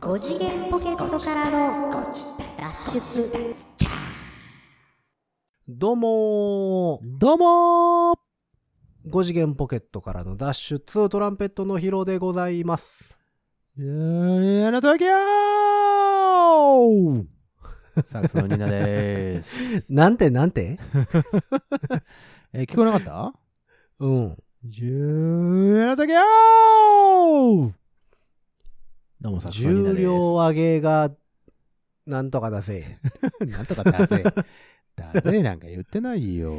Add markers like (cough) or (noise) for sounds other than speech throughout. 5次元ポケットからの脱出どうもーどうもー5次元ポケットからの脱出トランペットのヒロでございます (laughs) ゆりの東京サックスのニーナでーす。なんてなんて (laughs) えー聞こえなかったうんゆりの東京どうも、サックスのニーナ重です。量上げがなんとかだぜなんとかだ (laughs) ぜ。だぜなんか言ってないよ。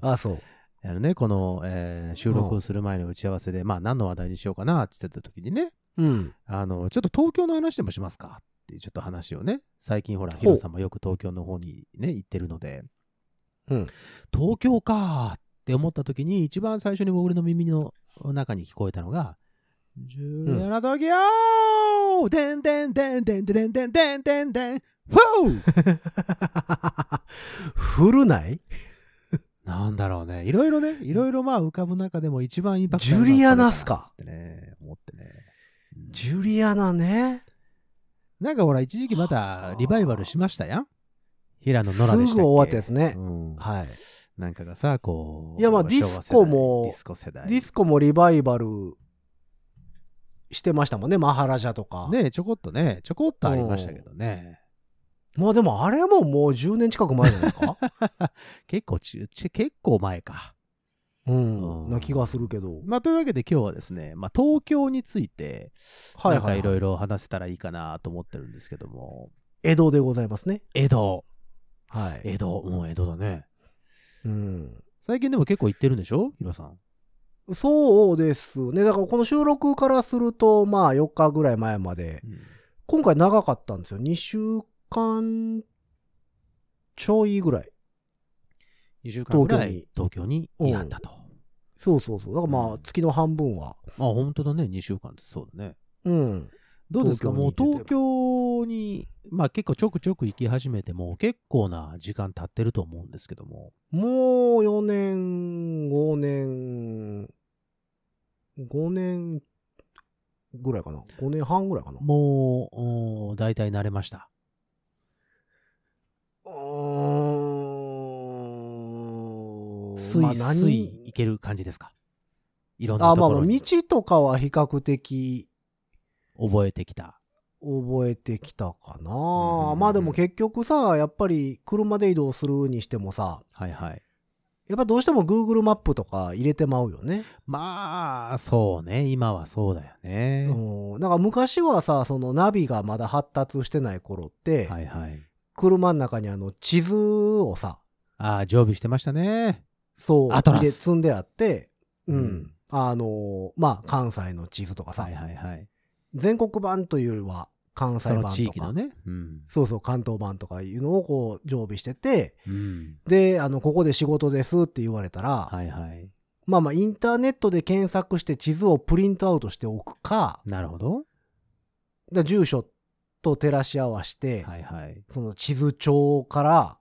あそうあのね、この、えー収録をする前の打ち合わせで、まあ何の話題にしようかなって言ってた時にね、うんあの、ちょっと東京の話でもしますかっていうちょっと話をね、最近ほら、うヒロさんもよく東京の方にね、行ってるので、うん東京かーって思った時に、一番最初に僕の耳の中に聞こえたのが、17東京でんでんでんでんでんでんでんでんでんふぅ振るないなんだろうね。いろいろね、いろいろまあ浮かぶ中でも一番インパクトあるのはジュリアナスカこれなつってね、思ってね。うんジュリアナねなんかほら、一時期またリバイバルしましたやん平野ノラでしたっけすぐ終わったやつねうんはいなんかがさ、こう。いやまあ昭和世ディ代スコもディスコ世代。ディスコもリバイバルしてましたもんねマハラジャとか、ねちょこっとね、ちょこっとありましたけどね。まあでもあれももう10年近く前じゃないですか結構ちゅ、ち結構前か。うんうんな気がするけどまあ、というわけで今日はですね、まあ、東京について、はいはいなんかはいいろいろ話せたらいいかなと思ってるんですけども。江戸でございますね江戸。はい江戸。うん、江戸だね。うん最近でも結構行ってるんでしょヒロさん。そうですね。だからこの収録からすると、まあ4日ぐらい前まで。今回長かったんですよ。2週間ちょいぐらい。 2週間ぐらい東東京にいはったと。あ、そうそうそう。だからまうあん月の半分は。本当だね。2週間ってそうだね。うん。どうですかもう東京に行ってて東京に、まあ結構ちょくちょく行き始めても、結構な時間経ってると思うんですけども。もう4年、5年、5年ぐらいかな。5年半ぐらいかな。もう、おー大体慣れました。うーんスまあイ何スイ行ける感じですかいろんなあ、とまあこまろあ、道にとかは比較的覚えてきた。覚えてきたかな、んうんまあでも結局さやっぱり車で移動するにしてもさはいはい。やっぱどうしても Google マップとか入れてまうよね、まあ、そうね。今はそうだよね。うん、だから昔はさそのナビがまだ発達してない頃って、はいはい。車の中にあの地図をさああ、常備してましたね。そうアトラスで積んであってうん、うんあのーまあ関西の地図とかさ、はいはいはい。全国版というよりは関西版そとのか地域のね。うん。そうそう関東版とかいうのをこう常備しててうん。であのここで仕事ですって言われたら、はいはい。まあまあ、インターネットで検索して地図をプリントアウトしておくか、なるほど。だから住所と照らし合わせて、はいはい。その地図帳から、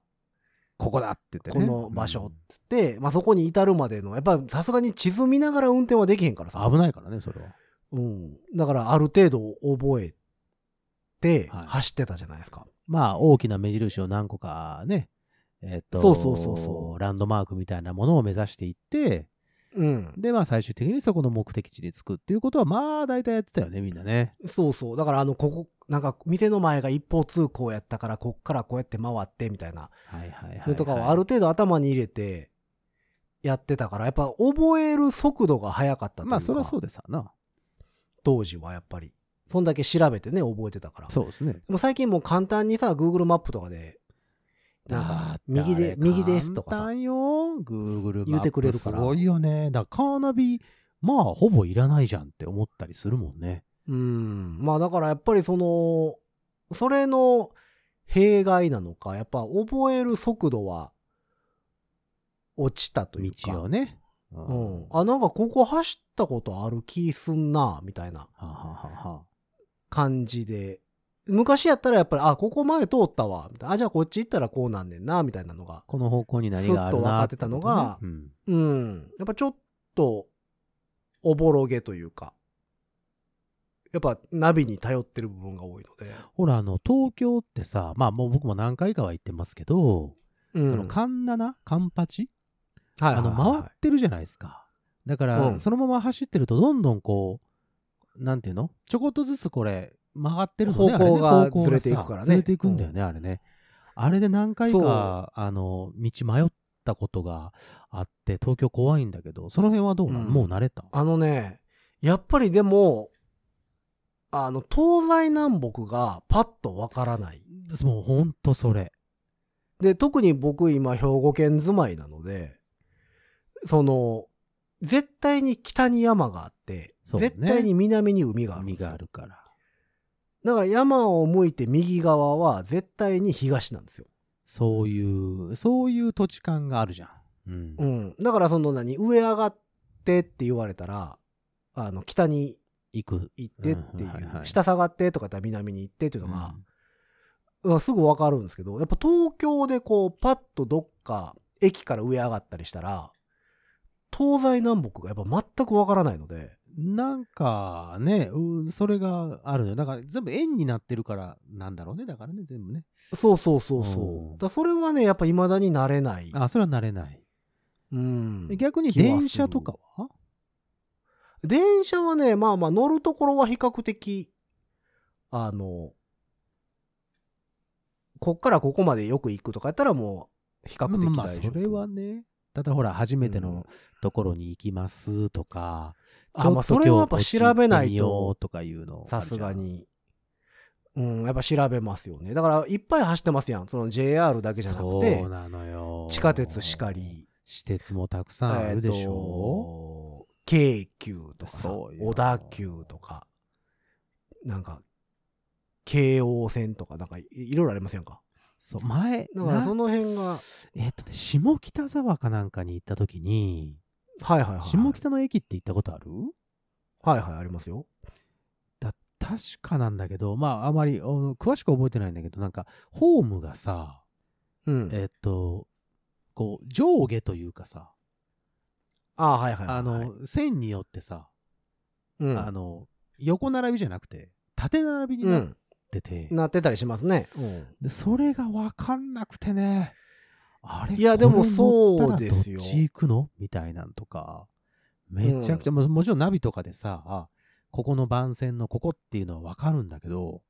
ここだって言ってこね。の場所うっんつって、まあそこに至るまでの、やっぱさすがに地図見ながら運転はできへんからさ。危ないからね、それは。うん。だからある程度覚えてはい走ってたじゃないですか。まあ、大きな目印を何個かね、えっと、そうそうそうそうランドマークみたいなものを目指していって、うん。で、まあ、最終的にそこの目的地に着くっていうことは、まあ、大体やってたよね、みんなね。そうそう。だからあの、ここ、なんか店の前が一方通行やったから、こっからこうやって回ってみたいな。はいはいはい、のとかはある。程度頭に入れてやってたからやっぱ覚える速度が速かったというか、まあ、それはそうですわな。当時はやっぱりそんだけ調べてね覚えてたからそうですね。でも最近もう簡単にさ Google マップとかでなんか右で右ですとか簡さ単よ。Google マップ言うてくれるからすごいよね。だから、カーナビ、まあ、ほぼいらないじゃんって思ったりするもんね。うんまあだからやっぱりそのそれの弊害なのかやっぱ覚える速度は落ちたというか道をね。ううん、はあなんかここ走ったことある気すんなみたいなあはあはあはあ感じで。昔やったらやっぱり、あ、ここ前通ったわ。みたいなあ、じゃあこっち行ったらこうなんねんな、みたいなのが。この方向に何があスッとるなことね分かってたのがうんうん。やっぱちょっと、おぼろげというか、やっぱナビに頼ってる部分が多いので、ほら、あの、東京ってさ、まあもう僕も何回かは行ってますけど、うんその、カンナナ、カンパチ、はいあの、はいはい回ってるじゃないですか。だかうら、んそのまま走ってると、どんどんこう、なんていうのちょこっとずつこれ、曲がってるのね。方向があれねずれていくからねずれていくんだよね、あれね。あれで何回そか、あの、道迷ったことがあって、東京怖いんだけど、その辺はどうなのうんもう慣れた。あのね、やっぱりでも、あの、東西南北がパッとわからない。もうほんとそれ。で、特に僕今兵庫県住まいなので、その、絶対に北に山があって、そうね絶対に南に海があるん海ですよがあるから。だから山を向いて右側は絶対に東なんですよ。そういう、そういう土地感があるじゃん。うん。うん。だからその何、上上がってって言われたら、あの、北に行く。行ってっていうんはいはう、い下下がってとかやったら南に行ってっていうのが、まあすぐわかるんですけど、やっぱ東京でこう、パッとどっか駅から上上がったりしたら、東西南北がやっぱ全くわからないので、なんかね、うんそれがあるのよ。だから全部円になってるからなんだろうね。だからね、全部ね。そうそうそううんそう。だからそれはね、やっぱ未だになれない。あ、それは慣れない。うんで。逆に気はする電車とかは電車はね、まあまあ乗るところは比較的、あの、こっからここまでよく行くとかやったらもう比較的大丈夫。まあ、それはね。ただほら、初めてうんのところに行きますとか、あまあそれはやっぱ調べないとちょっと今日こっち行ってみようとかいうさの。すが。に。うん、やっぱ調べますよね。だから、いっぱい走ってますやん。その JR だけじゃなくてそう、なのよ。地下鉄しか。り、私鉄もたくさんあるでしえーょ。と京急とかさそうよ小田急とか、なんか、京王線とか、なんかい、いろいろありませんか。そう、前、だから、なその辺が、はいえっとね、下北沢かなんかに行った時に、はいはい。下北の駅って行ったことあるはいはい、ありますよ。だ確かなんだけどまああまりお詳しく覚えてないんだけどなんかホームがさうん。えっとこう上下というかさあーはいはいはい。あはいの線によってさうん、あの横並びじゃなくて縦並びにうなっん。ててなってたりしますね。うん。でそれが分かんなくてねあれいやでもこれ乗ったらそうですよどっち行くのみたいなんとかめちゃくちゃ、ももちろんナビとかでさあここの番線のここっていうのは分かるんだけど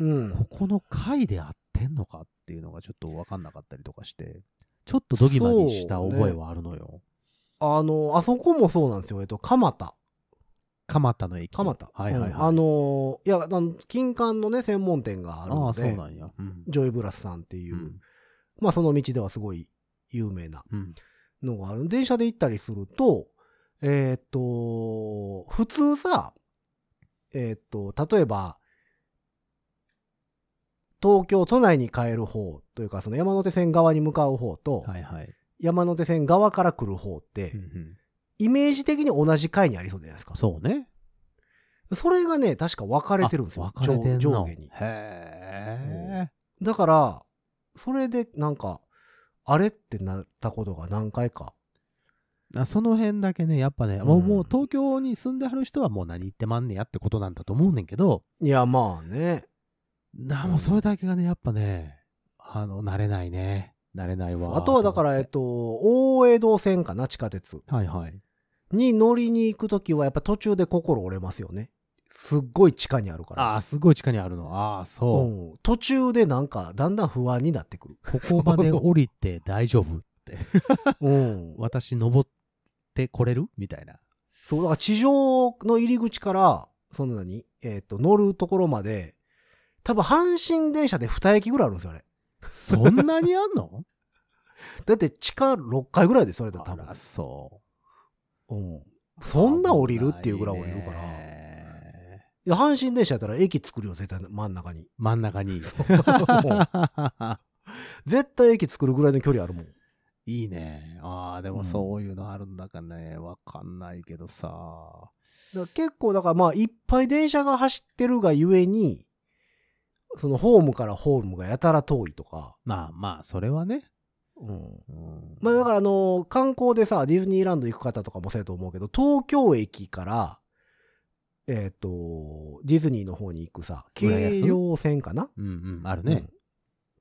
うん。ここの回で合ってんのかっていうのがちょっと分かんなかったりとかして、ちょっとドギマギした覚えはあるのよ。あの、あそこもそうなんですよ。えっと、蒲田。蒲田の駅。蒲田。はいはいはい。うんあのーいや、あの金柑のね、専門店があるあのあ、そうで、なんや。うん。ジョイブラスさんっていうう、んまあその道ではすごい有名なうんのがある。電車で行ったりすると、えーっと、普通さ、えーっと、例えば、東京都内に帰る方というか、その山手線側に向かう方と、はいはい。山手線側から来る方って、うんうんイメージ的に同じ階にありそうじゃないですか。そうね。それがね、確か分かあれてるんですよ。分かれてん上上の下に。へえ。だから、それでなんか、あれってなったことが何回か。あその辺だけね、やっぱね、もううんもう東京に住んではる人はもう何言ってまんねやってことなんだと思うねんけど、いや、まあね。なもうそれだけがね、やっぱね、あの、慣れないね。慣れないわ。あとはだから、えっと、大江戸線かな、地下鉄。はいはい。に乗りに行くときは、やっぱ途中で心折れますよね。すっごい地下にあるから。ああ、すごい地下にあるの。ああ、そう。うん、途中でなんか、だんだん不安になってくる。 (laughs) ここま (laughs) で降りて大丈夫うん。私登ってこれるみたいな。そう、だから地上の入り口から、その何えっ、と、乗るところまで、多分阪神電車で2駅ぐらいあるんですよ、あれ。そんなにあんのだって地下6階ぐらい (laughs) ですよ、あれだあ多分ら、。そうん。う。そんな降りるっていうぐらい降りるから危ないねいや阪神電車やったら駅作るよ、絶対真ん中 (laughs) に。真ん中 (laughs) に。絶対駅作るぐらいの距離あるもん。いいね。ああ、でもそういうのあるんだかね。わかんないけどさ。だから結構だからまあいっぱい電車が走ってるがゆえにそのホームからホームがやたら遠いとか、まあまあ、それはね。うん、うんまあだからあの観光でさディズニーランド行く方とかもそうやと思うけど東京駅からえっ、と、ディズニーの方に行くさ、京浦安葉線かな、うんうん、あるうねん。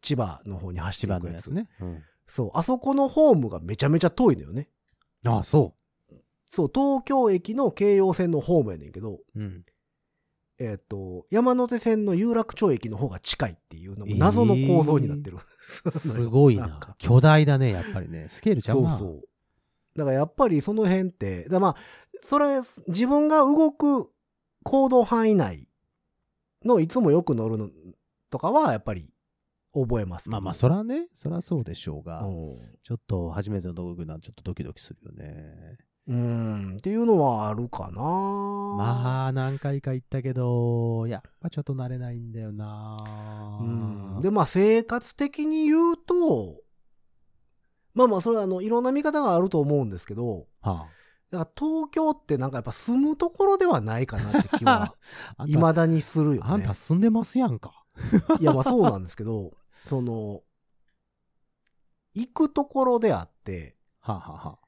千葉の方に走千ってい葉くのややつつね。うんそう、あそこのホームがめちゃめちゃ遠いのよね。ああ、そそう、東京駅の京葉線のホームやねんけど、う。うん。えっ、と、山手線の有楽町駅の方が近いっていうのも謎の構造になってる。 (laughs) すごいなんなか。巨大だね、やっぱりね。スケールちゃそううな。そう。だからやっぱりその辺って、だからまあ、それ、自分が動く行動範囲内のいつもよく乗るのとかは、やっぱり覚えますけどまあね、まあ、そらね、そらそうでしょうが、うちょっと初めての道具なんでちょっとドキドキするよね。ん。うん。っていうのはあるかな。あ。まあ、何回か行ったけど、やっぱちょっと慣れないんだよな。うん、で、まあ、生活的に言うと、まあまあ、それはあの、いろんな見方があると思うんですけど、はだから東京ってなんかやっぱ住むところではないかなって気は、 (laughs) あ、あんた未だにするよね。あんた住んでますやんか。いや、まあそうなんですけど、その、行くところであって、はあ、はあは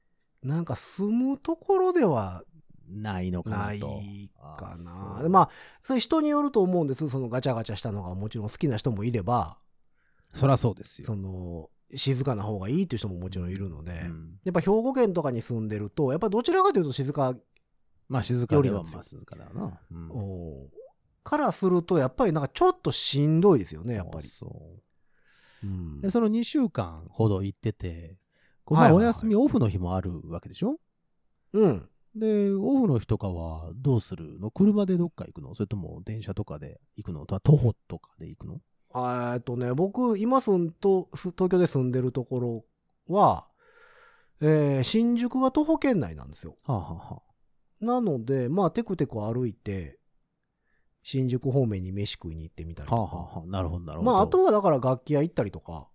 あ、なんか住むところではないのかなないと。かあな。そうでまあ、それ人によると思うんです。そのガチャガチャしたのがもちろん好きな人もいれば、そらそうですよ。その、静かな方がいいっていう人ももちろんいるので、うんやっぱ兵庫県とかに住んでると、やっぱどちらかというと静か、まあ、静かでよはりなんまあです静かだよな。うんおーからすると、やっぱりなんかちょっとしんどいですよね、やっぱりあ。そううんでその2週間ほど行ってて、こうはいまはいあおはい休みオフの日もあるわけでしょ、うん。で、オフの日とかはどうするの車でどっか行くのそれとも電車とかで行くのとは徒歩とかで行くのえっとね、僕、今住んと、す東京で住んでるところは、えー新宿が徒歩圏内なんですよ。はあ、はあはなので、まあ、テクテク歩いて、新宿方面に飯食いに行ってみたりあ、とはか。あはあはあ、なるほどなるほど。まあ、あとはだから楽器屋行ったりとか、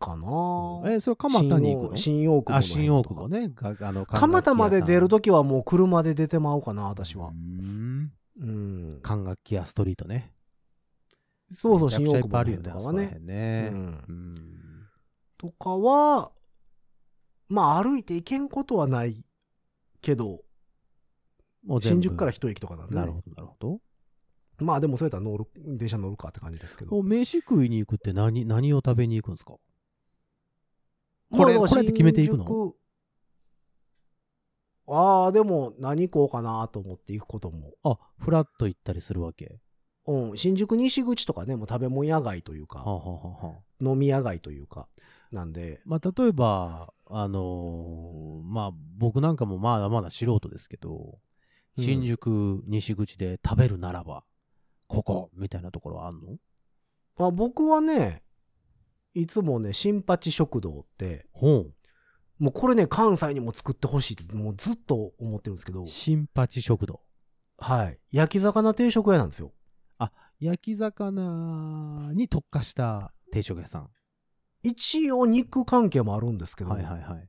かなうん、えそれ蒲田に行くの新大新大久保のあ、新大久保辺とか。ね。があの蒲田まで出るとときはもう車で出てまうかな、私私は。うはー。んうん。管楽器屋ストリートね。そうそう、めち新ゃくちゃ大い久保っのぱいあるよ辺と。かねあそはこらね。辺ね。うんうんとかは、まあ歩いて行けんことはないけど、もう全新部宿から一駅とかなんでね、なるほど、なるほど。まあでもそうやったら乗る、電車乗るかって感じですけど。お飯食いに行くって何、何を食べに行くんですかまあだからこれって決めていくの新宿ああ、でも何行こうかなと思って行くことも。あ、フラッと行ったりするわけ。うん、新宿西口とかね、もう食べ物屋街というはあ、か、はあはあはあ、飲み屋街というか、なんで、まあ、例えば、あのーまあ、僕なんかもまだまだ素人ですけど、うん新宿西口で食べるならば、ここみたいなところあんのまあ僕はね、いつもね、新八食堂って、ほもうこれね、関西にも作ってほしいって、もうずっと思ってるんですけどう。。新八食堂。はい。焼き魚定食屋なんですよ。焼き魚に特化した定食屋さん。一応肉関係もあるんですけど、はいはいはい。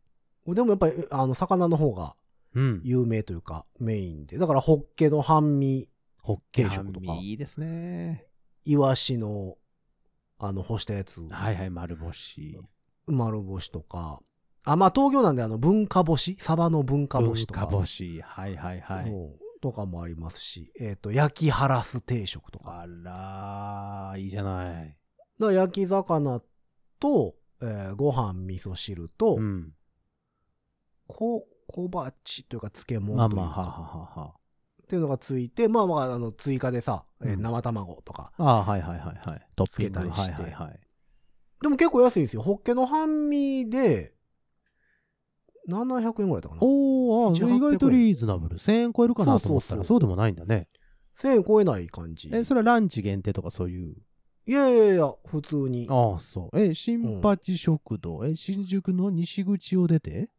でもやっぱりあの魚の方がうん。有名というかメインで、だからホッケの半身、ホッケ定半食とか身いいですね。イワシのあの干したやつ、はいはい、丸干し。丸干しとか、あ、まあ東京なんであの文化干し、サバの文化干しとか、文化干し。はいはいはい。うんとかもありますし、えっ、と、焼きハラス定食とか、あらー、いいじゃない。だから焼き魚と、えーご飯、味噌汁と、うん。こ小鉢というか漬物まあというまか、あ、はあはあはあ。っていうのがついて、まあまあ、あの、追加でさ、えーうん生卵とか。ああ、はいはいはいはい。トッつけたりしてはいはいはい。でも結構安いんですよ。ホッケの半身で、700円ぐらいだったかな。おー、あー1800それ意外とリーズナブル。1000円超えるかなと思ったら、そそうでもないんだね。 1000円超えない感じ。え、それはランチ限定とかそういう。いやいやいや、普通に。ああ、そう。え、新八食堂。え、新宿の西口を出て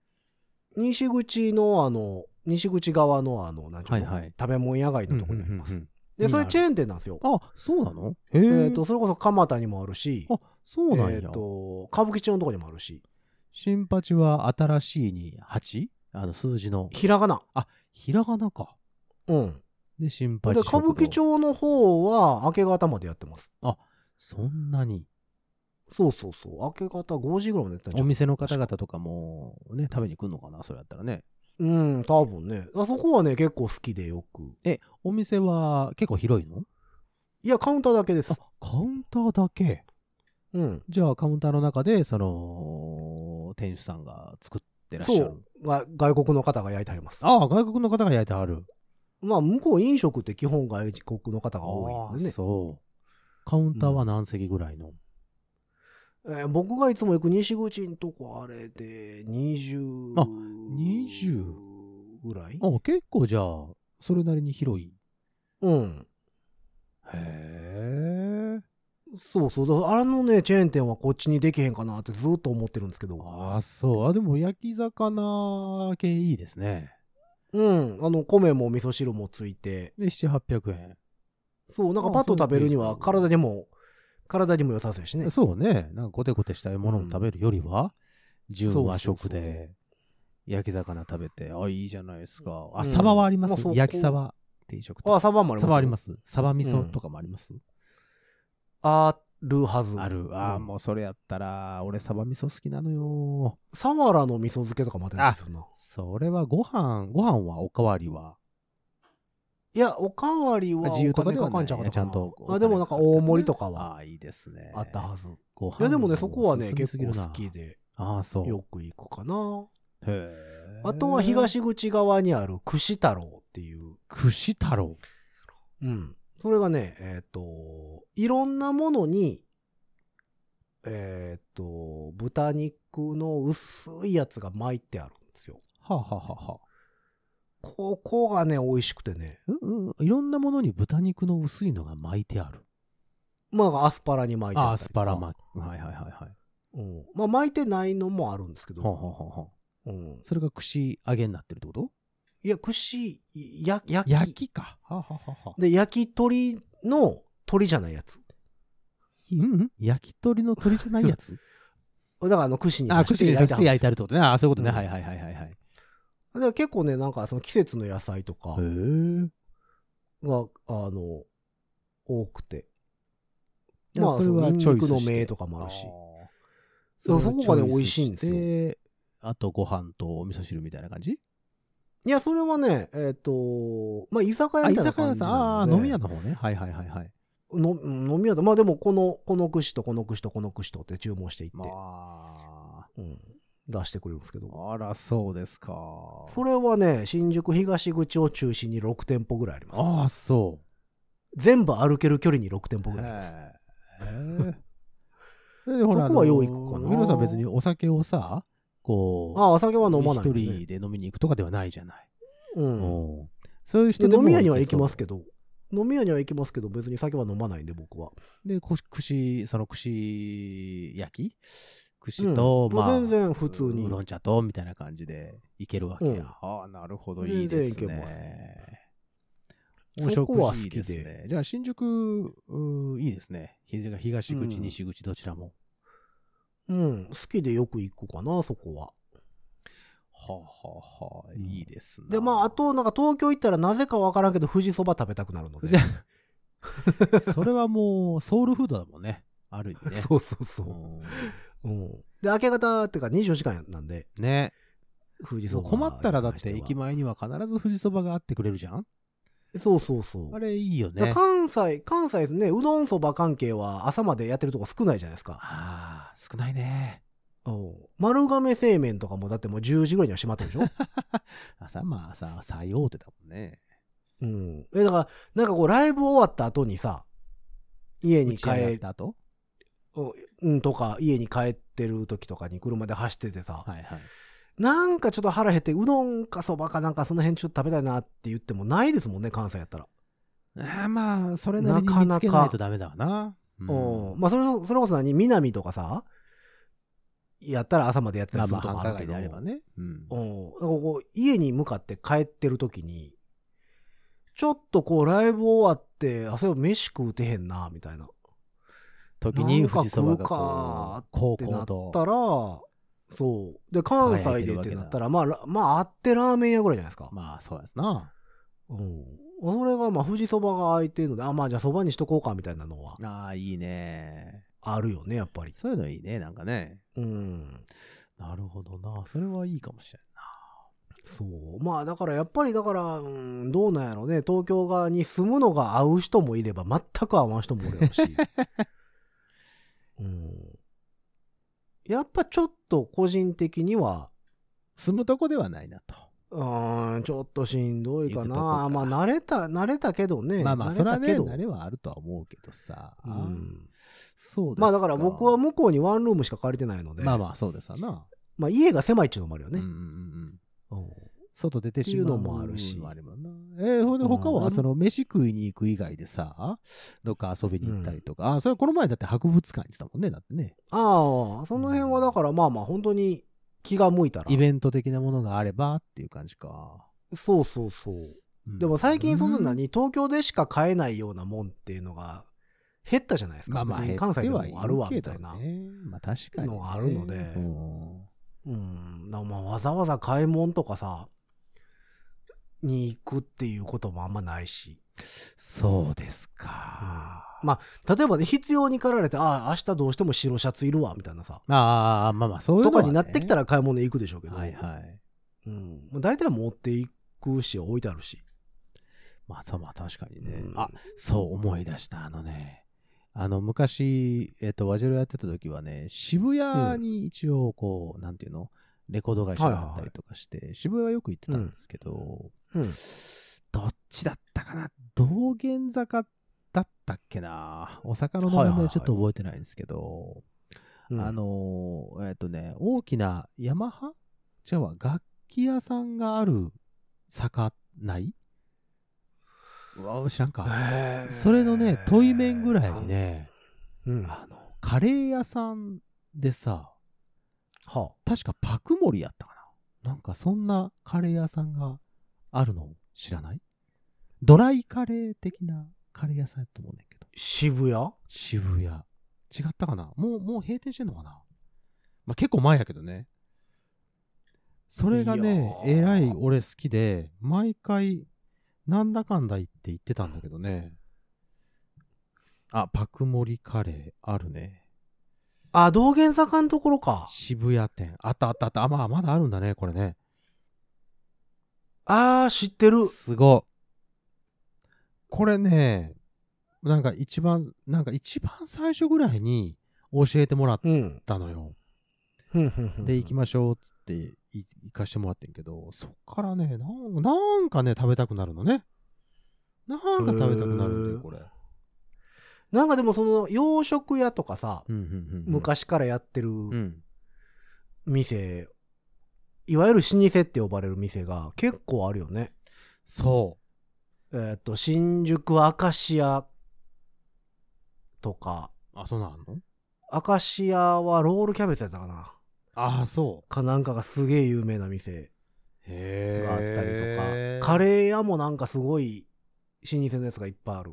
西口の、あの、西口側の、あの、なんちゅうの、はいはい食べ物屋街のところにあります。で、それチェェーン店なんですよ。あ、そうなのへえ。えっ、と、それこそ蒲田にもあるし、あ、そうなんや。えっ、と、歌舞伎町のとこにもあるし、新八は新しいに 8? あの、数字の。ひらがな。ひらがなか。うん。で、新で、八食歌堂。舞伎町の方は、明け方までやってます。そんなに。そうそうそう。明け方5時ぐらいまでやってたんちゃうお店の方々とかもね、食べに来るのかなそれやったらね。うん、多分ね。あそこはね、結構好きでよく。え、お店は結構広いのいや、カウンターだけですあ。、カウンターだけ。うん。じゃあカウンターの中で、その、店主さんが作ってらっしそゃるう。。が外国の方が焼いてあります。ああ、外国の方が焼いてある。まあ、向こう飲食って基本外国の方が多いんでああね。そう。カウンターは何席ぐらいの、えー僕がいつも行く西口のとこあれで20あ20ぐらいあ結構じゃあ、それなりに広い。うんへえ。そうそうだからあのねチェーン店はこっちにできへんかなってずっと思ってるんですけどああ、そう。あ、でも焼き魚系いいですね。うんあの米も味噌汁もついてで、7、800円。そうなんかあパッと食べるにそうはですね体にも体にも良さそうやしねそうね。なんかコテコテしたものを食べるよりは、純和食そうそうで焼き魚食べて、あ、いいじゃないですか。うあ、んサバはありままあす、そう焼きサバ定食とあか。サバもありますサバあります。サバ味うん噌とかもあります。あるはずある。ああ、もうそれやったら、俺サバ味噌好きなのよ。サワラの味噌漬けとかもあってないですよなそれはご飯、ご飯はおかわりは。いやおかわりは自由とかではお金かかないんちゃうかったちゃんと。あでもなんか大盛りとかあはあ、いいですね。あったはずいご飯やでもねそこはね進みす結ぎ構るな好き。でああ、そう。よく行くかなへえあとは。東口側にある串太郎っていう、串太郎。うん、それがね、えっ、と、いろんなものに、えっ、と、豚肉の薄いやつが巻いてあるんですよ。はあ、はあはあはあここがね、美味しくてね、うんうん、いろんなものに豚肉の薄いのが巻いてある。まあ、アスパラに巻いてああアったスりとかパラ巻き。はいはいはいはい。うん。まあ、巻いてないのもあるんですけはあ、はど、あはあはあうん、それが串揚げになってるってこといや、串、や焼き焼きか。はあ、はあはあはあで、焼き鳥の鳥じゃないやつ。うんうん焼き鳥の鳥じゃないやつだ (laughs) から、あの、串にあ、刺串に刺してある焼いてあるってことね。ああ、そういうことね。うんはいはいはいはいはい。へで結構ね、なんかその季節の野菜とか、え。が、あの、多くて。じゃあまあ、そそれれははチョイスしての名とかもあるし。それをそこがねチョイス美味しいんですよしてあとご飯とお味噌汁みたいな感じいや、それはね、えっ、と、まあ、居酒屋あ、み居たいな酒屋感じさ。なんので。ああー、飲み屋の方ね。はいはいはいはい。のうん飲み屋だ。まあ、でも、この、この串とこの串とこの串とって注文していって、まあ、うん、出してくれるんですけど。あら、そうですか。それはね、新宿東口を中心に6店舗ぐらいあります。ああ、そう。全部歩ける距離に6店舗ぐらいあります。へえ。でほらそこはあのよう行くかなミロさん別にお酒をさ、こう、ああ、お酒は飲まない、一人、で飲みに行くとかではないじゃない。うん。うんそういうで人でも飲み屋には行きますけど。ど、飲み屋には行きますけど、別に酒は飲まないんで、僕は。で、こ串、その串焼きう串んもと、うまあ、全然普通にうどん茶と、みたいな感じでいけるわけや。うんああ、なるほど、いいです全然いけますね。おそ食こは好事いいきでですね。じゃあ、新宿、うーいいですね。日が東口、うん西口、どちらも。うん、好きでよく行くかな、そこは。はあ、はあはあ、うんいいですね。で、まあ、あ、と、なんか東京行ったらなぜかわからんけど、富士そば食べたくなるの (laughs) で。じゃ (laughs) あそれはもう、ソウルフードだもんね。ある意味ね。そうそうそう。うん。で、明け方っていうか24時間なんで、うんね。富士そば。困ったらだって駅。前には必ず富士そばがあってくれるじゃんそうそうそう。あれいいよだからね。関西、関西ですね、うどんそば関係は朝までやってるとこ少ないじゃないですか。ああ、少ないね。 (laughs) 丸亀製麺とかもだってもう10時ぐらいには閉まってるでしょ朝、まあ朝、最大手だもんね。うん。え、だから、なんかこう、ライブ終わった後にさ、家に打ち上がっ帰た後うん、とか、家に帰ってる時とかに車で走っててさ、はいはい。なんかちょっと腹減って、うどんかそばかなんかその辺ちょっと食べたいなって言ってもないですもんね、関西やったら。ああまあ、それなりに見つけないとダメだわな。うんうん。まあ、それ、それこそ何南とかさ、やったら朝までやってたまりあすまるあ、と繁か華あるけ街ど。であればね。うんうん。こう家に向かって帰ってる時に、ちょっとこう、ライブ終わって、あ、そういえば飯食うてへんな、みたいな。っ時になんか富士そばが食うかこう、高てな校ったと、ら、そう。で、関西でってなったら、まあ、らまあ、あってラーメン屋ぐらいじゃないですか。まあそうですな。うん。それが、まあ、富士そばが空いてるので、あ、まあ、じゃあそばにしとこうか、みたいなのはああ、いいね。あるよね、やっぱり。そういうのいいね、なんかね。うん。なるほどな。それはいいかもしれんな。そう。まあだからやっぱりだから、うん、どうなんやろね。東京側に住むのが合う人もいれば、全く合わん人もおる (laughs) やろし。うん。やっぱちょっと個人的には、住むとこではないなと。うーん、ちょっとしんどいか行くな。とこかまあ慣れた、慣れたけどね。まあまあ、そ慣れはたね、けど慣れはあるとは思うけどさ。うん、そうですまあだから僕は向こうにワンルームしか借りてないので、まあまあ、そうですわな。まあ家が狭いっていうのもあるよねうんう。んうんうん外出てしまうっていうのもあるしのもあるもんなえーほんで他うはんその飯食いに行く以外でさ、どっか遊びに行ったりとか、あ、それこの前だって博物館にしたもんね、だってね。ああ、その辺はだからまあまあ本当に気が向いたら。イベント的なものがあればっていう感じか。そうそうそう。うんでも最近そんなうんに東京でしか買えないようなもんっていうのが減ったじゃないですか。まあまあ、別減にっ関西てでもはいるあるわけみどたいな。ね。まあ確かにね。のがあるのでうんうん。だからまあわざわざ買い物とかさ、に行くっていうこともあんまないし。そうですか。まあ、例えばね、必要に駆られて、ああ、明日どうしても白シャツいるわ、みたいなさ。ああ、まあまあ、そういうとのかはねになってきたら買い物に行くでしょうけど。はいはい。うん。まあ、大体持っていくし、置いてあるし。まあ、まあ確かにね。うんあ、そう思い出した。あのね、あの、昔、えっ、と、ワジェロやってた時はね、渋谷に一応、こう、なんていうのレコード会社があったりとかして、渋谷はよく行ってたんですけど、うん。どっちだったかな道玄坂だったっけなお坂の名はいはい前はいはちょっと覚えてないんですけど、あのーえっ、とね、大きなヤマハ違うわ、楽器屋さんがある坂ないうんうわ、知らんか。へー、それのね、対面ぐらいにね、うん。はあの、カレー屋さんでさ、あ。確かパクモリやったかななんかそんなカレー屋さんがあるの知らないドライカレー的なカレー屋さんやと思うねんだけど。渋谷渋谷。違ったかなもう、もう閉店してんのかなまあ、結構前やけどね。それがね、いやーえらい俺好きで、毎回、なんだかんだ言って言ってたんだけどね。あ、パクモリカレーあるね。あ、道玄坂のところか。渋谷店。あったあったあった。あ、まあ、まだあるんだね、これね。ああ、知ってる。すごっ。これね、なんか一番、なんか一番最初ぐらいに教えてもらっうん。たのよ。で、で行きましょうっつってい行かしてもらってんけど、そっからね、なんなんかね、食べたくなるのね。なんか食べたくなるんだへよ、ーこれ。なんかでもその洋食屋とかさ、うんうんうん昔からやってるうん。店、いわゆる老舗って呼ばれる店が結構あるよね。そえっと、新宿明石屋とか、う。あ、そうなんあんの明石屋はロールキャベツやったかな。ああ、そう。かなんかがすげえ有名な店へがあったりとか、え。カー。レー屋もなんかすごい老舗のやつがいっぱいある。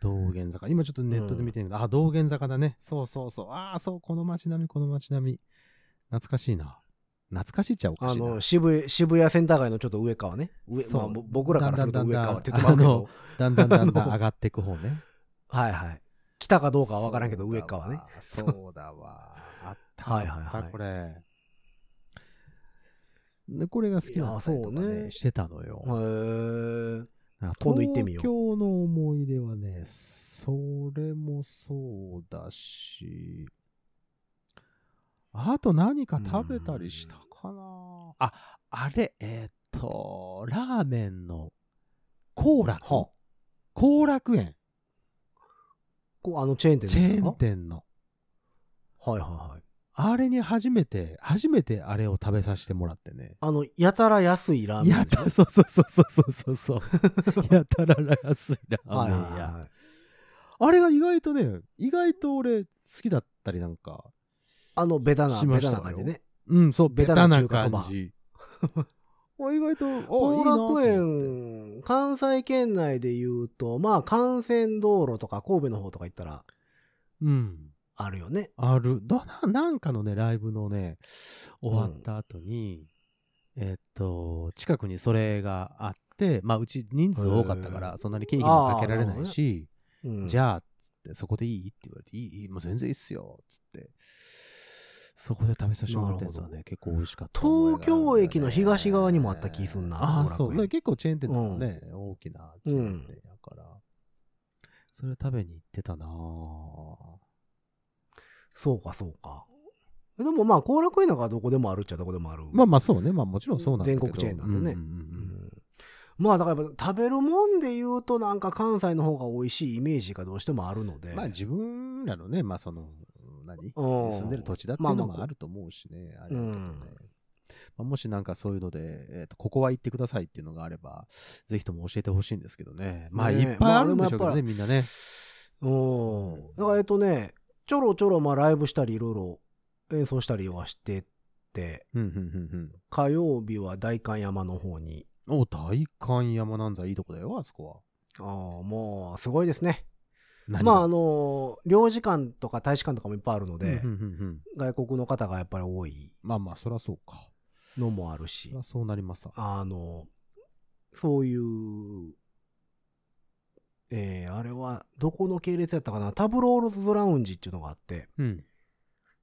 道玄坂。今ちょっとネットで見てみる、あ、道玄坂だね。そうそうそう。ああ、そう、この街並み、この街並み。懐かしいな。懐かしいっちゃおかしあいな。の渋谷渋谷センター街のちょっと上側ね上、そうまあ、ぼ僕らからするとだん上だんだんだ側んって言ってもらうけあの (laughs) どだんだんだんだあんの上がっていく方ね。はいはい来たかどうかは分からんけど上側 (laughs) ね。そうだわ。あっ (laughs) た。はいはいはいあったこれ。で、これが好きなったいりやとそうかねねしてたのへよ。ーなんか今度行ってみよう東京の思い出はね、それもそうだし、あと何か食べたりしたかなあ、あれ、えっ、と、ラーメンの、幸楽。幸楽園。こうあのチェーン店ですチかェーン店の。はいはいはいあれに初めて、初めてあれを食べさせてもらってね。あのやたら安いラーメンやった、そうそうそうそうそ (laughs) うそう。やたら安いラーはいメはンいや。ははいあれが意外とね、意外と俺好きだったりなんか。あのベタなしベましタたなわ感よじねうん、そう、ベベタタなな中華そば感じ。 (laughs) あ意外と、後楽あいいなと思って園関西圏内で言うとまあ幹線道路とか神戸の方とか行ったらうん。あるよねある。どな、なんかのね、ライブのね、終わった後に、えっと、近くにそれがあって、まあ、うち人数多かったかへら、えそんなに経費もかけられないし、うんじゃあ、つって、そこでいいって言われて、いい、いい、もう全然いいっすよ、つって。そこで食べさせてもらったやつはね、結構美味しかった覚えがあるん東だよね。京駅の東側にもあった気すんな。ああ、そ後楽園う。ね結構チェーン店だもんね。大きなチェーン店やから。それ食べに行ってたなぁそうか、そうか。でもまあ、後楽園なんかはどこでもあるっちゃどこでもある。まあまあそうね。まあもちろんそうなんだけど全国チェーンなんでねううんうんうんうんんまあ、だからやっぱ食べるもんで言うと、なんか関西の方が美味しいイメージがどうしてもあるので。まあ自分らのね、まあその、何うん住んでる土地だっていうのまあまもああると思うしね、あれだけどねうん。まあ、もしなんかそういうので、えーと、ここは行ってくださいっていうのがあれば、ぜひとも教えてほしいんですけどね。まあねえいっぱいあるんでしょうけどね、まみんなね。うん。だからえっとね、ちょろちょろまあライブしたり、いろいろ演奏したりはしてって、うんうんうん火曜日は代官山の方に、うん。お、大観山なんざいいとこだよ、あそこは。ああ、もうすごいですね。何がまああのー領事館とか大使館とかもいっぱいあるので、うんうんうんうん外国の方がやっぱり多いまあまあ、そりゃそうか。のもあるそしりゃ、そうなりますわあのーそういう、えーあれはどこの系列やったかな、タブロールズラウンジっていうのがあって、うん。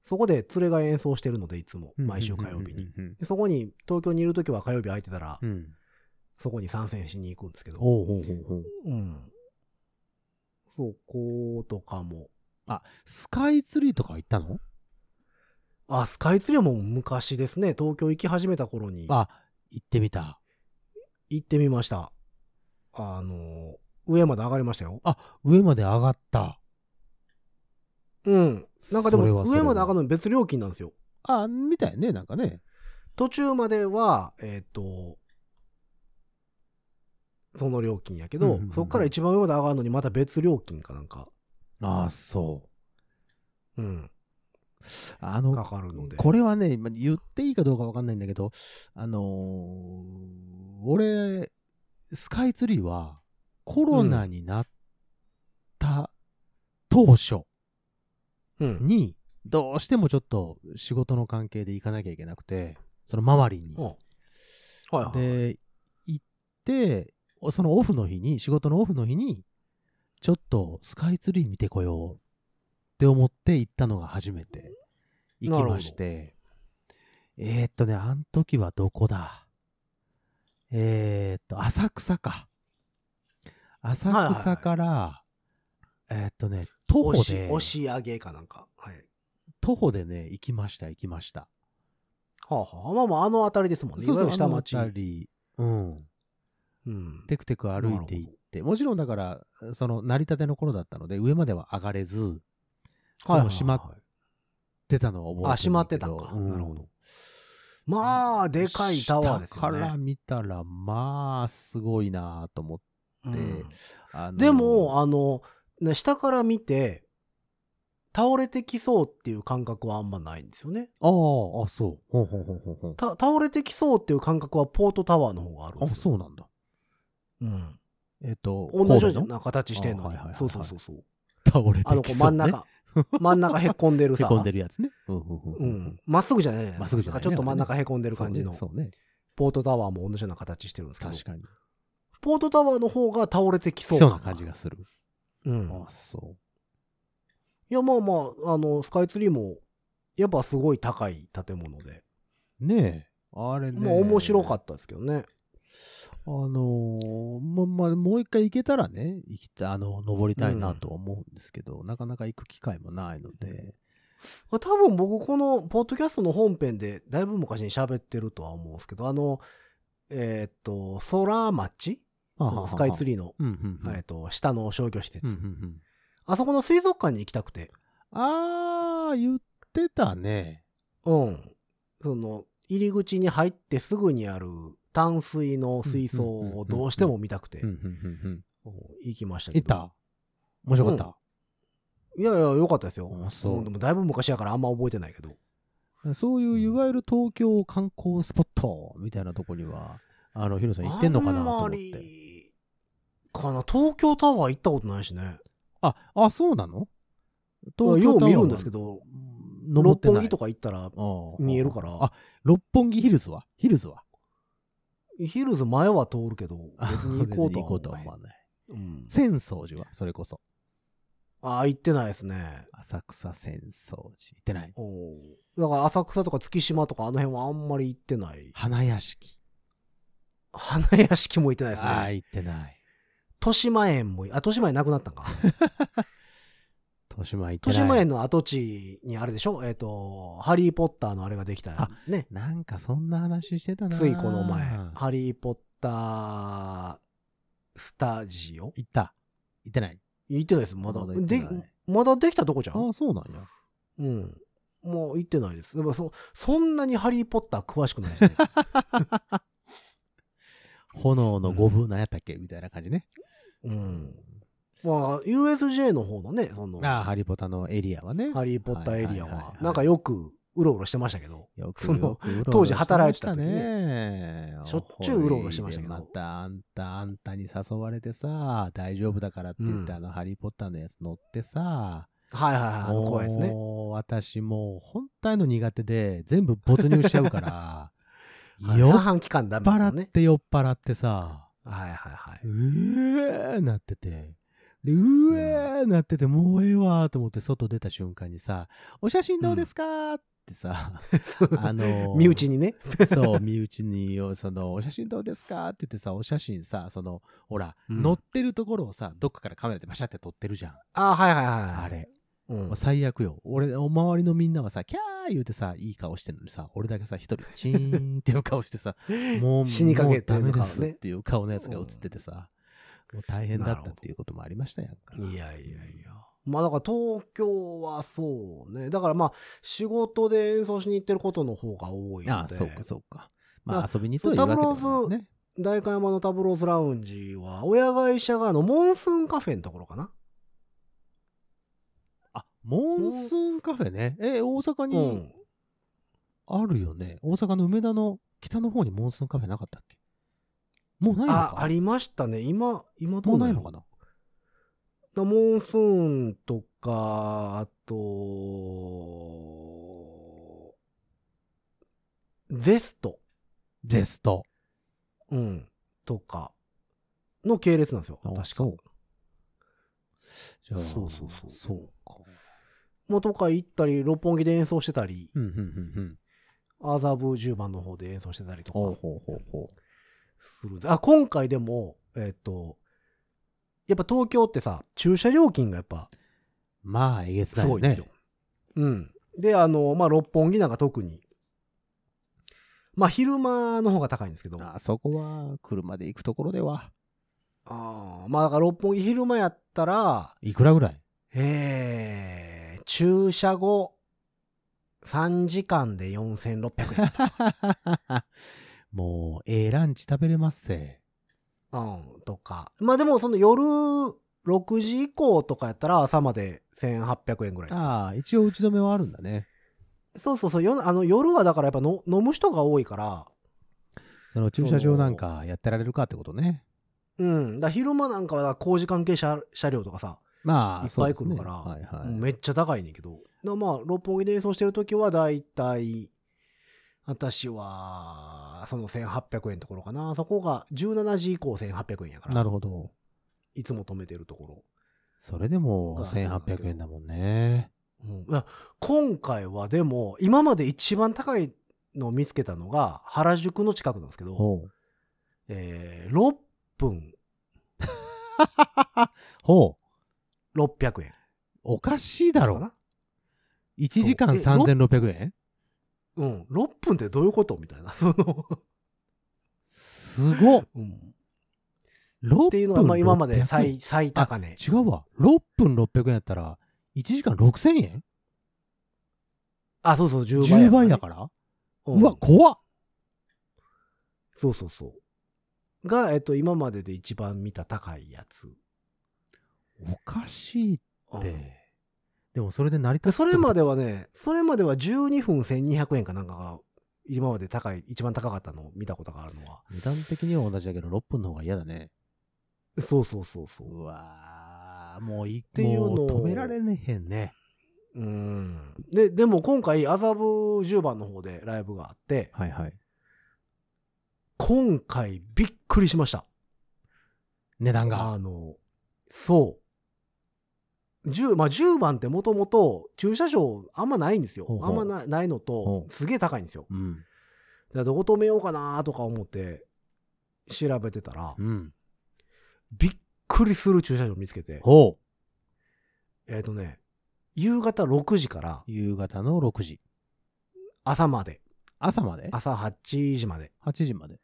そこで連れが演奏してるので、いつも、毎週火曜日に。うんうんでそこに、東京にいるときは火曜日空いてたら、うんうん。うんそこに参戦しに行くんですけど、ほうほうほうほう。うん。そことかも、あ、スカイツリーとか行ったのあ、スカイツリーはもう昔ですね、東京行き始めた頃にあ、行ってみた。行ってみました。あの、上まで上がりましたよ。上まで上がった。うん。なんかでそれはも、それは上まで上がるのに別料金なんですよ。あ、みたいね、なんかね。途中までは、えっ、と、その料金やけど、うんうんうんそこから一番上まで上がるのにまた別料金かなんか、ああ、そうう。ん、あかの、かるので。これはね、ま言っていいかどうかわかんないんだけど、あのー俺、スカイツリーはコロナになった当初、うん。に、どうしてもちょっと仕事の関係で行かなきゃいけなくて、その周りに。うんはいはい。で、行って、おそのオフの日に、仕事のオフの日に、ちょっとスカイツリー見てこようって思って行ったのが初めて行きまして、えー、っとね、あの時はどこだえー、っと、浅草か。浅はいはいは草いから、えー、っとね、徒歩押し、で、押し上げかなんか。はい。徒歩でね、行きました、行きました。はあ、はあ、まあまあ、あの辺りですもんね。いわゆる下町。あの辺り、うん。うん。テクテク歩いていって、もちろんだから、その、成り立ての頃だったので、上までは上がれず、そはいはいはいの閉まってたのを覚えてるんだけどあ閉まってたんかなるほど。まあ、でかいタワーです下よからね。見たら、まあ、すごいなと思って。うんあのでも、あの、ね下から見て、倒れてきそうっていう感覚はあんまないんですよね。ああ、あ、そう。ほうほうほうほうほうた倒れてきそうっていう感覚はポートタワーの方があるんであ、すよ。そうなんだ。うん。えっ、と、同じ神戸ようのな形してんのあはいにはいはいは。いそうそうそうそう。倒れてきそあう、の、ね。こう真ん中。真ん中へこんでるへさ。こんでるやつね。うんうんうんううんん。まっすぐじゃないじゃないまっすぐじゃないねんかちょっと真ん中へこんでる感じの。そうねそうね。ポートタワーも同じような形してるんですけど。確かに。ポートタワーの方が倒れてきそそううな感じが。する。うん。あ、そいや、まあまあ、あの、スカイツリーも、やっぱすごい高い建物で。う。ねえ。あれね。まあ面白かったですけどね。あのーもまあ、もう一回行けたらね、行きた、あの、登りたいなとは思うんですけど、なかなか行く機会もないので、多分僕このポッドキャストの本編でだいぶ昔に喋ってるとは思うんですけど、あの、えーっと、ソラーマッチスカイツリリー。ーの、うんうんうん。えーっと、下の商業施設、うんうんうんあそこの水族館に行きたくて。あー、言ってたね。うん。その、入り口に入ってすぐにある淡水の水槽をどうしても見たくてうん、うんうんうん。行きましたけ行っど。た面白かった、いやいや、良かったですよ。あそうもでもだいぶ昔やからあんま覚えてないけど。そういう、いわゆる東京観光スポットみたいなとこには、あの、ヒロさん行ってんのかなと思あんまって。り、かな。東京タワー行ったことないしね。あ、あ、そうなのよう見るんですけど、登六ってない。本木とか行ったらうん見えるからあ、六本木ヒルズはヒルズはヒルズ前は通るけど、別に行こうと別に行こうとはは思思わわない。ない。うん浅草寺はそれこそ。ああ、行ってないですね。浅草浅草寺。行ってない。おーだから浅草とか月島とかあの辺はあんまり行ってない。花屋敷。花屋敷も行ってないですああ、ね。行ってない。豊島園も、あ、豊島園なくなったん (laughs) か。豊島行って豊な島い。園の跡地にあれでしょえっ、と、ハリー・ポッターのあれができたあ。ね。なんかそんな話してたな。ついこの前、行ハリー・ポッタースタジオった。行ってない。行ってないです、まだ。まだ行ってでない、まだできたとこじゃあんあ、そうなんや。うん。もう行ってないです。でもそ、そんなにハリー・ポッター詳しくないで (laughs) すね。炎の五分なんやったっけみたいな感じね。うん。まあ、USJ の方のね、その、ああ、ハハリポタのエリアはね。リー・ポッターエリアはいはいはいはは、いなんかよくうろうろしてましたけど、よくそのよくうろうろ当時働いてた時ねしねしょっちゅううろうろしてましたけどまたあんた、あんたに誘われてさ、大丈夫だからって言って、うんあの、ハリーポッターのやつ乗ってさ、はいはいはい、あの公園ですね。もう私もう本体の苦手で、全部没入しちゃ (laughs) うから、はい酔三っ半期間ダメです払よっね。て酔っ払ってさ、はいはいはうえーなってて、でうえーなってて、もうええわと思って外出た瞬間にさ、お写真どうですかってさ、あのーい。 (laughs) 身内にね。 (laughs) そう、身内によ、その、お写真どうですかって言ってさ、お写真さ、その、ほら、うん乗ってるところをさ、どっかからカメラでバシャって撮ってるじゃん。あはいはいはい。あれ、うん。最悪よ。俺、お周りのみんなはさ、キャー言うてさ、いい顔してるのにさ、俺だけさ、一人、チーンっていう顔 (laughs) してさ、もう、死にかけてもうるダメのかでねすっていう顔のやつが映っててさ、もう大変だったっていうこともありましたやんか。いやいやいや。まあだから東京はそうね。だからまあ仕事で演奏しに行ってることの方が多いので。ああ、そうか、そうか。ままああ、遊びに行ったらいいわけだもんね。代官山のタブローズラウンジは、親会社があの、モンスーンカフェのところかな。あ、モンスーンカフェね。え、大阪うにん。あるよね。大阪の梅田の北の方にモンスーンカフェなかったっけもうないのかあ、ありましたね。今、今どもううなないいののかかなな。モンスーンとか、あと、ゼスト、ゼスト。うん、とかの系列なんですよ。あ確か。そうじゃあ、そうそうそうそうか。まあ、とか行ったり、六本木で演奏してたり、うん、うん、うん、うん。麻布十番の方で演奏してたりとほうかほうほうほする。あ、今回でも、えっ、と、やっぱ東京ってさ、駐車料金がやっぱう。まあ、えげつすないごよいんですねよ。。うん。で、あの、まあ、六本木なんか特に、まあ、昼間の方が高いんですけど、ああそこは、車で行くところでは、あーまあ、だから六本木昼間やったら、いくらぐらいえー、駐車後、3時間で4600円。 (laughs) もう、ええランチ食べれますせ。うん、とか。まあでもその夜6時以降とかやったら朝まで1800円ぐらい。ああ、一応打ち止めはあるんだね。そうそうそう。夜あの夜はだからやっぱの飲む人が多いから、その駐車場なんかやってられるかってことね。うん。だから昼間なんかは工事関係車車両とかさ、まあ、いっそうぱでいす来ねるから、はいはい。めっちゃ高いねんけど。だからまあ、六本木で演奏してる時はだいたい、私は、その1800円のところかな。そこが17時以降1800円やから。なるほど。いつも止めてるところ。それでもあそうなんですけ1800ど円だもんね。うん、いや今回はでも今まで一番高いのを見つけたのが原宿の近くなんですけど、ほう。えー、6分ほう。 600円おかしいだだろ。な1時間そうえ3600円うん6分ってどういうことみたいな (laughs) その、すごっ。うん、 6っていうの分がまあ今ま600で円最最高値違うわ。6分600円やったら、1時間6000円あそうそう10倍 ?10 倍だからら、うんうわ、怖っ。そうそうそうが、えっと、今までで一番見た高いやつ、おかしいっうんて。でもそれで成り立でつってそこと。れまではねそれまでは12分1200円かなんかが今まで高い一番高かったのを見たことがあるのは値段的には同じだけど、6分の方が嫌だね。そうそうそうそううわーもういっていうのを止められねへんね。うんで、でも今回、麻布十番の方でライブがあって、はいはい。今回びっくりしました。値段が。あの、そう。 10, まあ、10番ってもともと駐車場あんまないんですよほうほうあんまなないのとほすげえ高いんですようん。だからどこ止めようかなとか思って調べてたらうん。びっくりする駐車場見つけてほう。えっ、とね夕方6時から夕方の6時。朝まで朝まで朝8時まで、 ?8 時まで。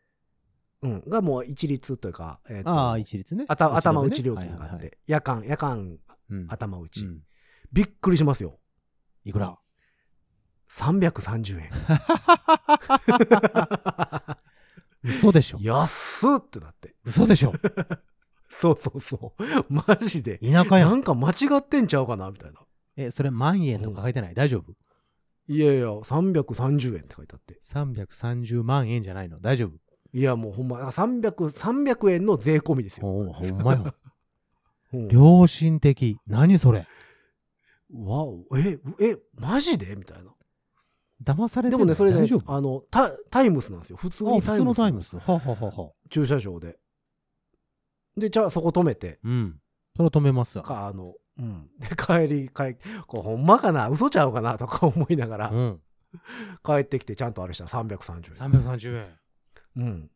うん、がもう一律というか、えーとああ、一律ね。あた頭打一ち律料ね金があって、はいはいはい夜間夜間うん頭打ち、うんびっくりしますよいくら330円 (laughs) 嘘でしょ。安っってなって嘘でしょ。そうそうそうマジで田舎や。なんんか間違ってんちゃうかなみたいなえ、それ万円とか書いてない大丈夫いやいや330円って書いてあって ?330 万円じゃないの大丈夫いやもうほんま300300 300円の税込みですよ、ほんほんまよ。うん良心的。何それ。わおええマジでみたいな騙されてでるもねそれね大丈夫ああのタタイムスなんですよ普通に普タイ通ムのスタイムス。はあはあはあはあ駐車場ででじゃあそこ止めてうん。それは止めますわ。かあの、うん、で帰り帰こうほんまかな嘘ちゃうかなとか思いながら、うん。帰ってきてちゃんとあれしたら330円、 330円。うん、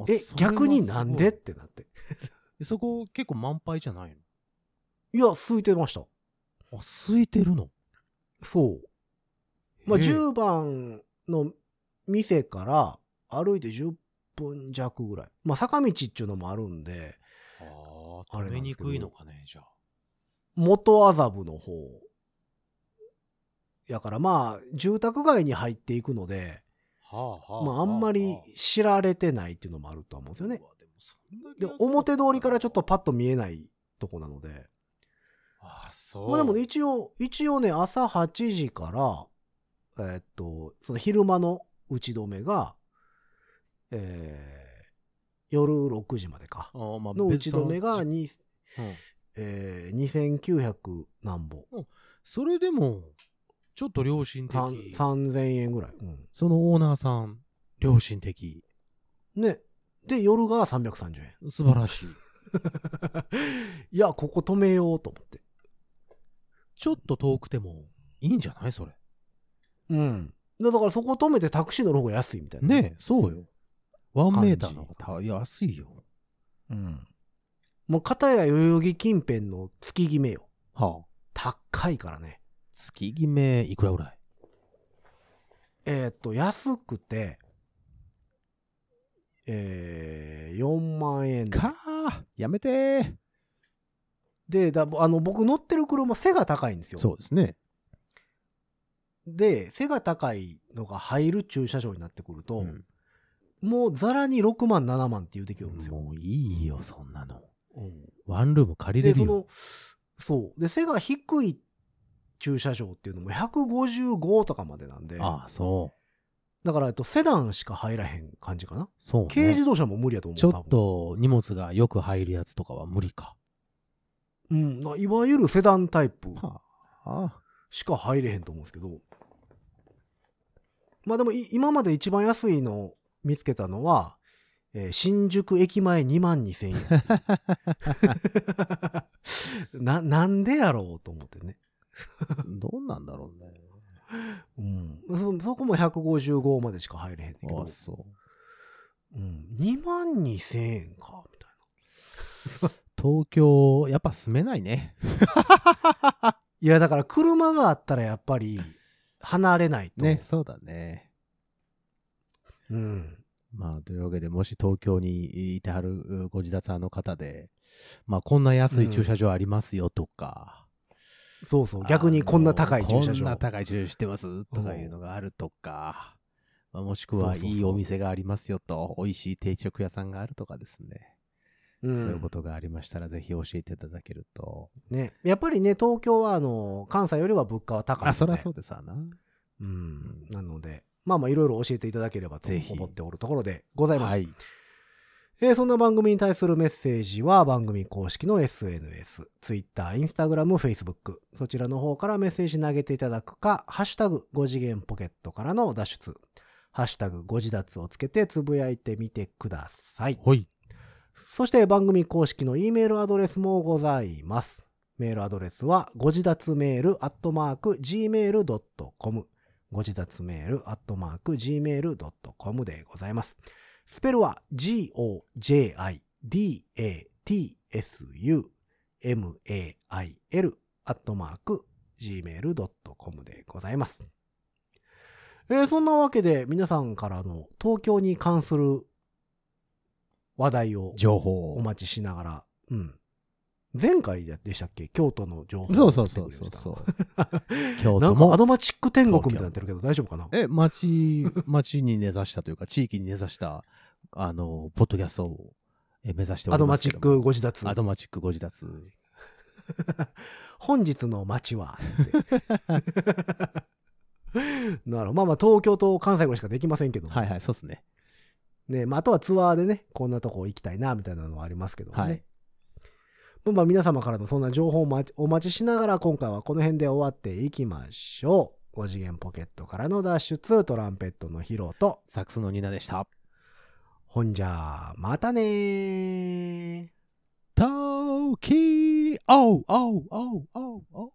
あえそれは逆になんですってなってごいそこ結構満杯じゃないいや空いてましたのあ、空いてるのそう、まあ、へえ10番の店から歩いて10分弱ぐらいまあ坂道っちゅうのもあるんでああ、あ止れめなんにですけどくいのかね、じゃあ。元麻布の方やからまあ住宅街に入っていくのではあはまあ、あんまり知られてないっていうのもあるとは思うんですよね。で表通りからちょっとパッと見えないとこなので、あそう。まあ、でもね一応一応ね朝8時から、えーっとその昼間の打ち止めが、えー夜6時までかあーまあの打ち止めが、別ににそのうんえー、2900何本それでも、ちょっと良心的。 3000円ぐらい、うんそのオーナーさん、良心的。ねで夜が330円 (laughs) 素晴らしい。いやここ止めようと思ってちょっと遠くてもいいんじゃないそれ。うん。だからそこ止めてタクシー乗る方が安いみたいな。ねえ、そうよ。ワンメーターの感じ方が安いよ。うん。もう片や代々木近辺の月決めよ。はあ。高いからね。月決めいくらぐらいえーっ、と、安くて、えー、4万円で。かあやめてーでだ、あの、僕乗ってる車背が高いんですよ。そうですね。で、背が高いのが入る駐車場になってくると、うんもうざらに6万、7万っていうてきよるんですよ。もういいよ、そんなの。うんワンルーム借りでれそるよの。そうで背が低い駐車場っていうのも155とかまでなんでああ、そう。だからえっとセダンしか入らへん感じかな、そう、ね。軽自動車も無理やと思うちょ多っ分と荷物がよく入るやつとかは無理か。うん、ないわゆるセダンタイプはあ。しか入れへんと思うんですけどまあでもい今まで一番安いのを見つけたのは、えー新宿駅前2万2000円 (laughs) ななんでやろうと思ってね (laughs) どうなんだろうね。うん、そそこも155までしか入れへんねんけあどあ、、そうう。ん、2万2000円かみたい東京、やっぱ住めないね。ないやだから車があったらやっぱり離れないとね、そうだね。うん、まあ、というわけで、もし東京にいてはるうご自宅さんの方で、まあ、こんな安い駐車場ありますよとか、そうそうあの逆にこんな高い駐車こんな場高い駐車場知ってますとかいうのがあるとか、まあ、もしくはそうそうそういいお店がありますよと、美味しい定食屋さんがあるとかですね。うんそういうことがありましたら、ぜひ教えていただけると。ねやっぱりね東京はあの関西よりは物価は高いのであ、そりゃそうですわな。う、ん、なのでまあまあいろいろ教えていただければとぜひ思っておるところでございます、はい。えーそんな番組に対するメッセージは番組公式の SNS、Twitter、Instagram、Facebook、そちらの方からメッセージ投げていただくか、ハッシュタグ5次元ポケットからの脱出、ハッシュタグ5次脱をつけてつぶやいてみてください。ほい。そして番組公式の E メールアドレスもございます。メールアドレスは、ご自立メールアットマーク gmail.com。ご自立メールアットマーク gmail.com でございます。スペルは、g-o-j-i-d-a-t-s-u-m-a-i-l アットマーク gmail.com でございます。えーそんなわけで皆さんからの東京に関する話題を情報お待ちしながら、うん。前回でしたっけ京都の情報。そうそうそうそうそう (laughs) 京な都んかアもドマチック天国みたいになってるけど大丈夫かなえ町町に根ざしたというか地域に根ざしたあのポッドキャストをえ目指しておアりドまマすけチどッもクご自立ア。ドマチックご自立本日の街 (laughs) はってなるほど。まあまあ東京と関西語しかできませんけど、はいはいそうっすねねまあ、あとはツアーでね、こんなとこ行きたいなみたいなのはありますけどもね。はいまあまあ皆様からのそんな情報をまお待ちしながら今回はこの辺で終わっていきましょう。5次元ポケットからの脱出、トランペットのヒロと、サックスのニナでしたほんじゃあ、またねー。トーキーおうおうおうおうおう